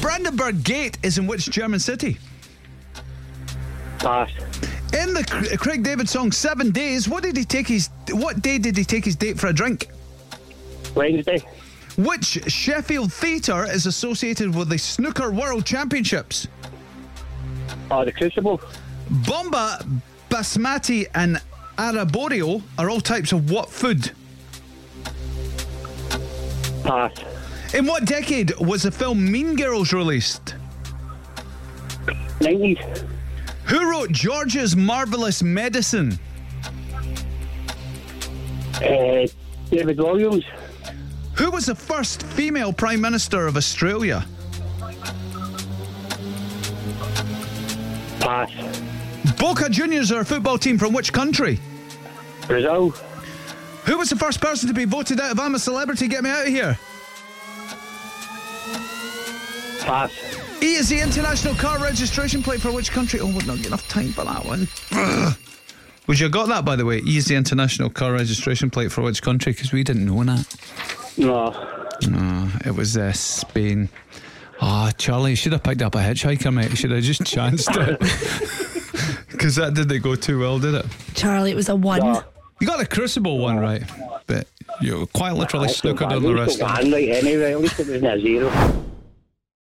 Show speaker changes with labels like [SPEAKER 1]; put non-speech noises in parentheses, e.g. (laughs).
[SPEAKER 1] Brandenburg Gate is in which German city?
[SPEAKER 2] Pass.
[SPEAKER 1] In the C- Craig David song Seven Days, what did he take his? What day did he take his date for a drink?
[SPEAKER 2] Wednesday.
[SPEAKER 1] Which Sheffield theatre is associated with the Snooker World Championships?
[SPEAKER 2] Oh, the Crucible.
[SPEAKER 1] Bomba, basmati, and arborio are all types of what food?
[SPEAKER 2] Pass.
[SPEAKER 1] In what decade was the film Mean Girls released?
[SPEAKER 2] 90s.
[SPEAKER 1] Who wrote George's Marvelous Medicine?
[SPEAKER 2] Uh, David Williams.
[SPEAKER 1] Who was the first female Prime Minister of Australia?
[SPEAKER 2] Pass.
[SPEAKER 1] Boca Juniors are a football team from which country?
[SPEAKER 2] Brazil.
[SPEAKER 1] Who was the first person to be voted out of I'm a Celebrity, Get Me Out of Here?
[SPEAKER 2] Pass.
[SPEAKER 1] E is the international car registration plate for which country? Oh, we've not got enough time for that one. Would you have got that, by the way? E is the international car registration plate for which country? Because we didn't know that.
[SPEAKER 2] No.
[SPEAKER 1] Oh, it was uh, Spain. Ah, Charlie, you should have picked up a hitchhiker, mate. You should have just chanced it. (laughs) Because that didn't go too well, did it?
[SPEAKER 3] Charlie, it was a one.
[SPEAKER 2] No.
[SPEAKER 1] You got the Crucible one right, but you quite literally
[SPEAKER 2] That's
[SPEAKER 1] snookered
[SPEAKER 2] not
[SPEAKER 1] on the
[SPEAKER 2] bad. At least
[SPEAKER 1] rest
[SPEAKER 2] it
[SPEAKER 1] of it.
[SPEAKER 2] ran right anyway. At least it wasn't a zero.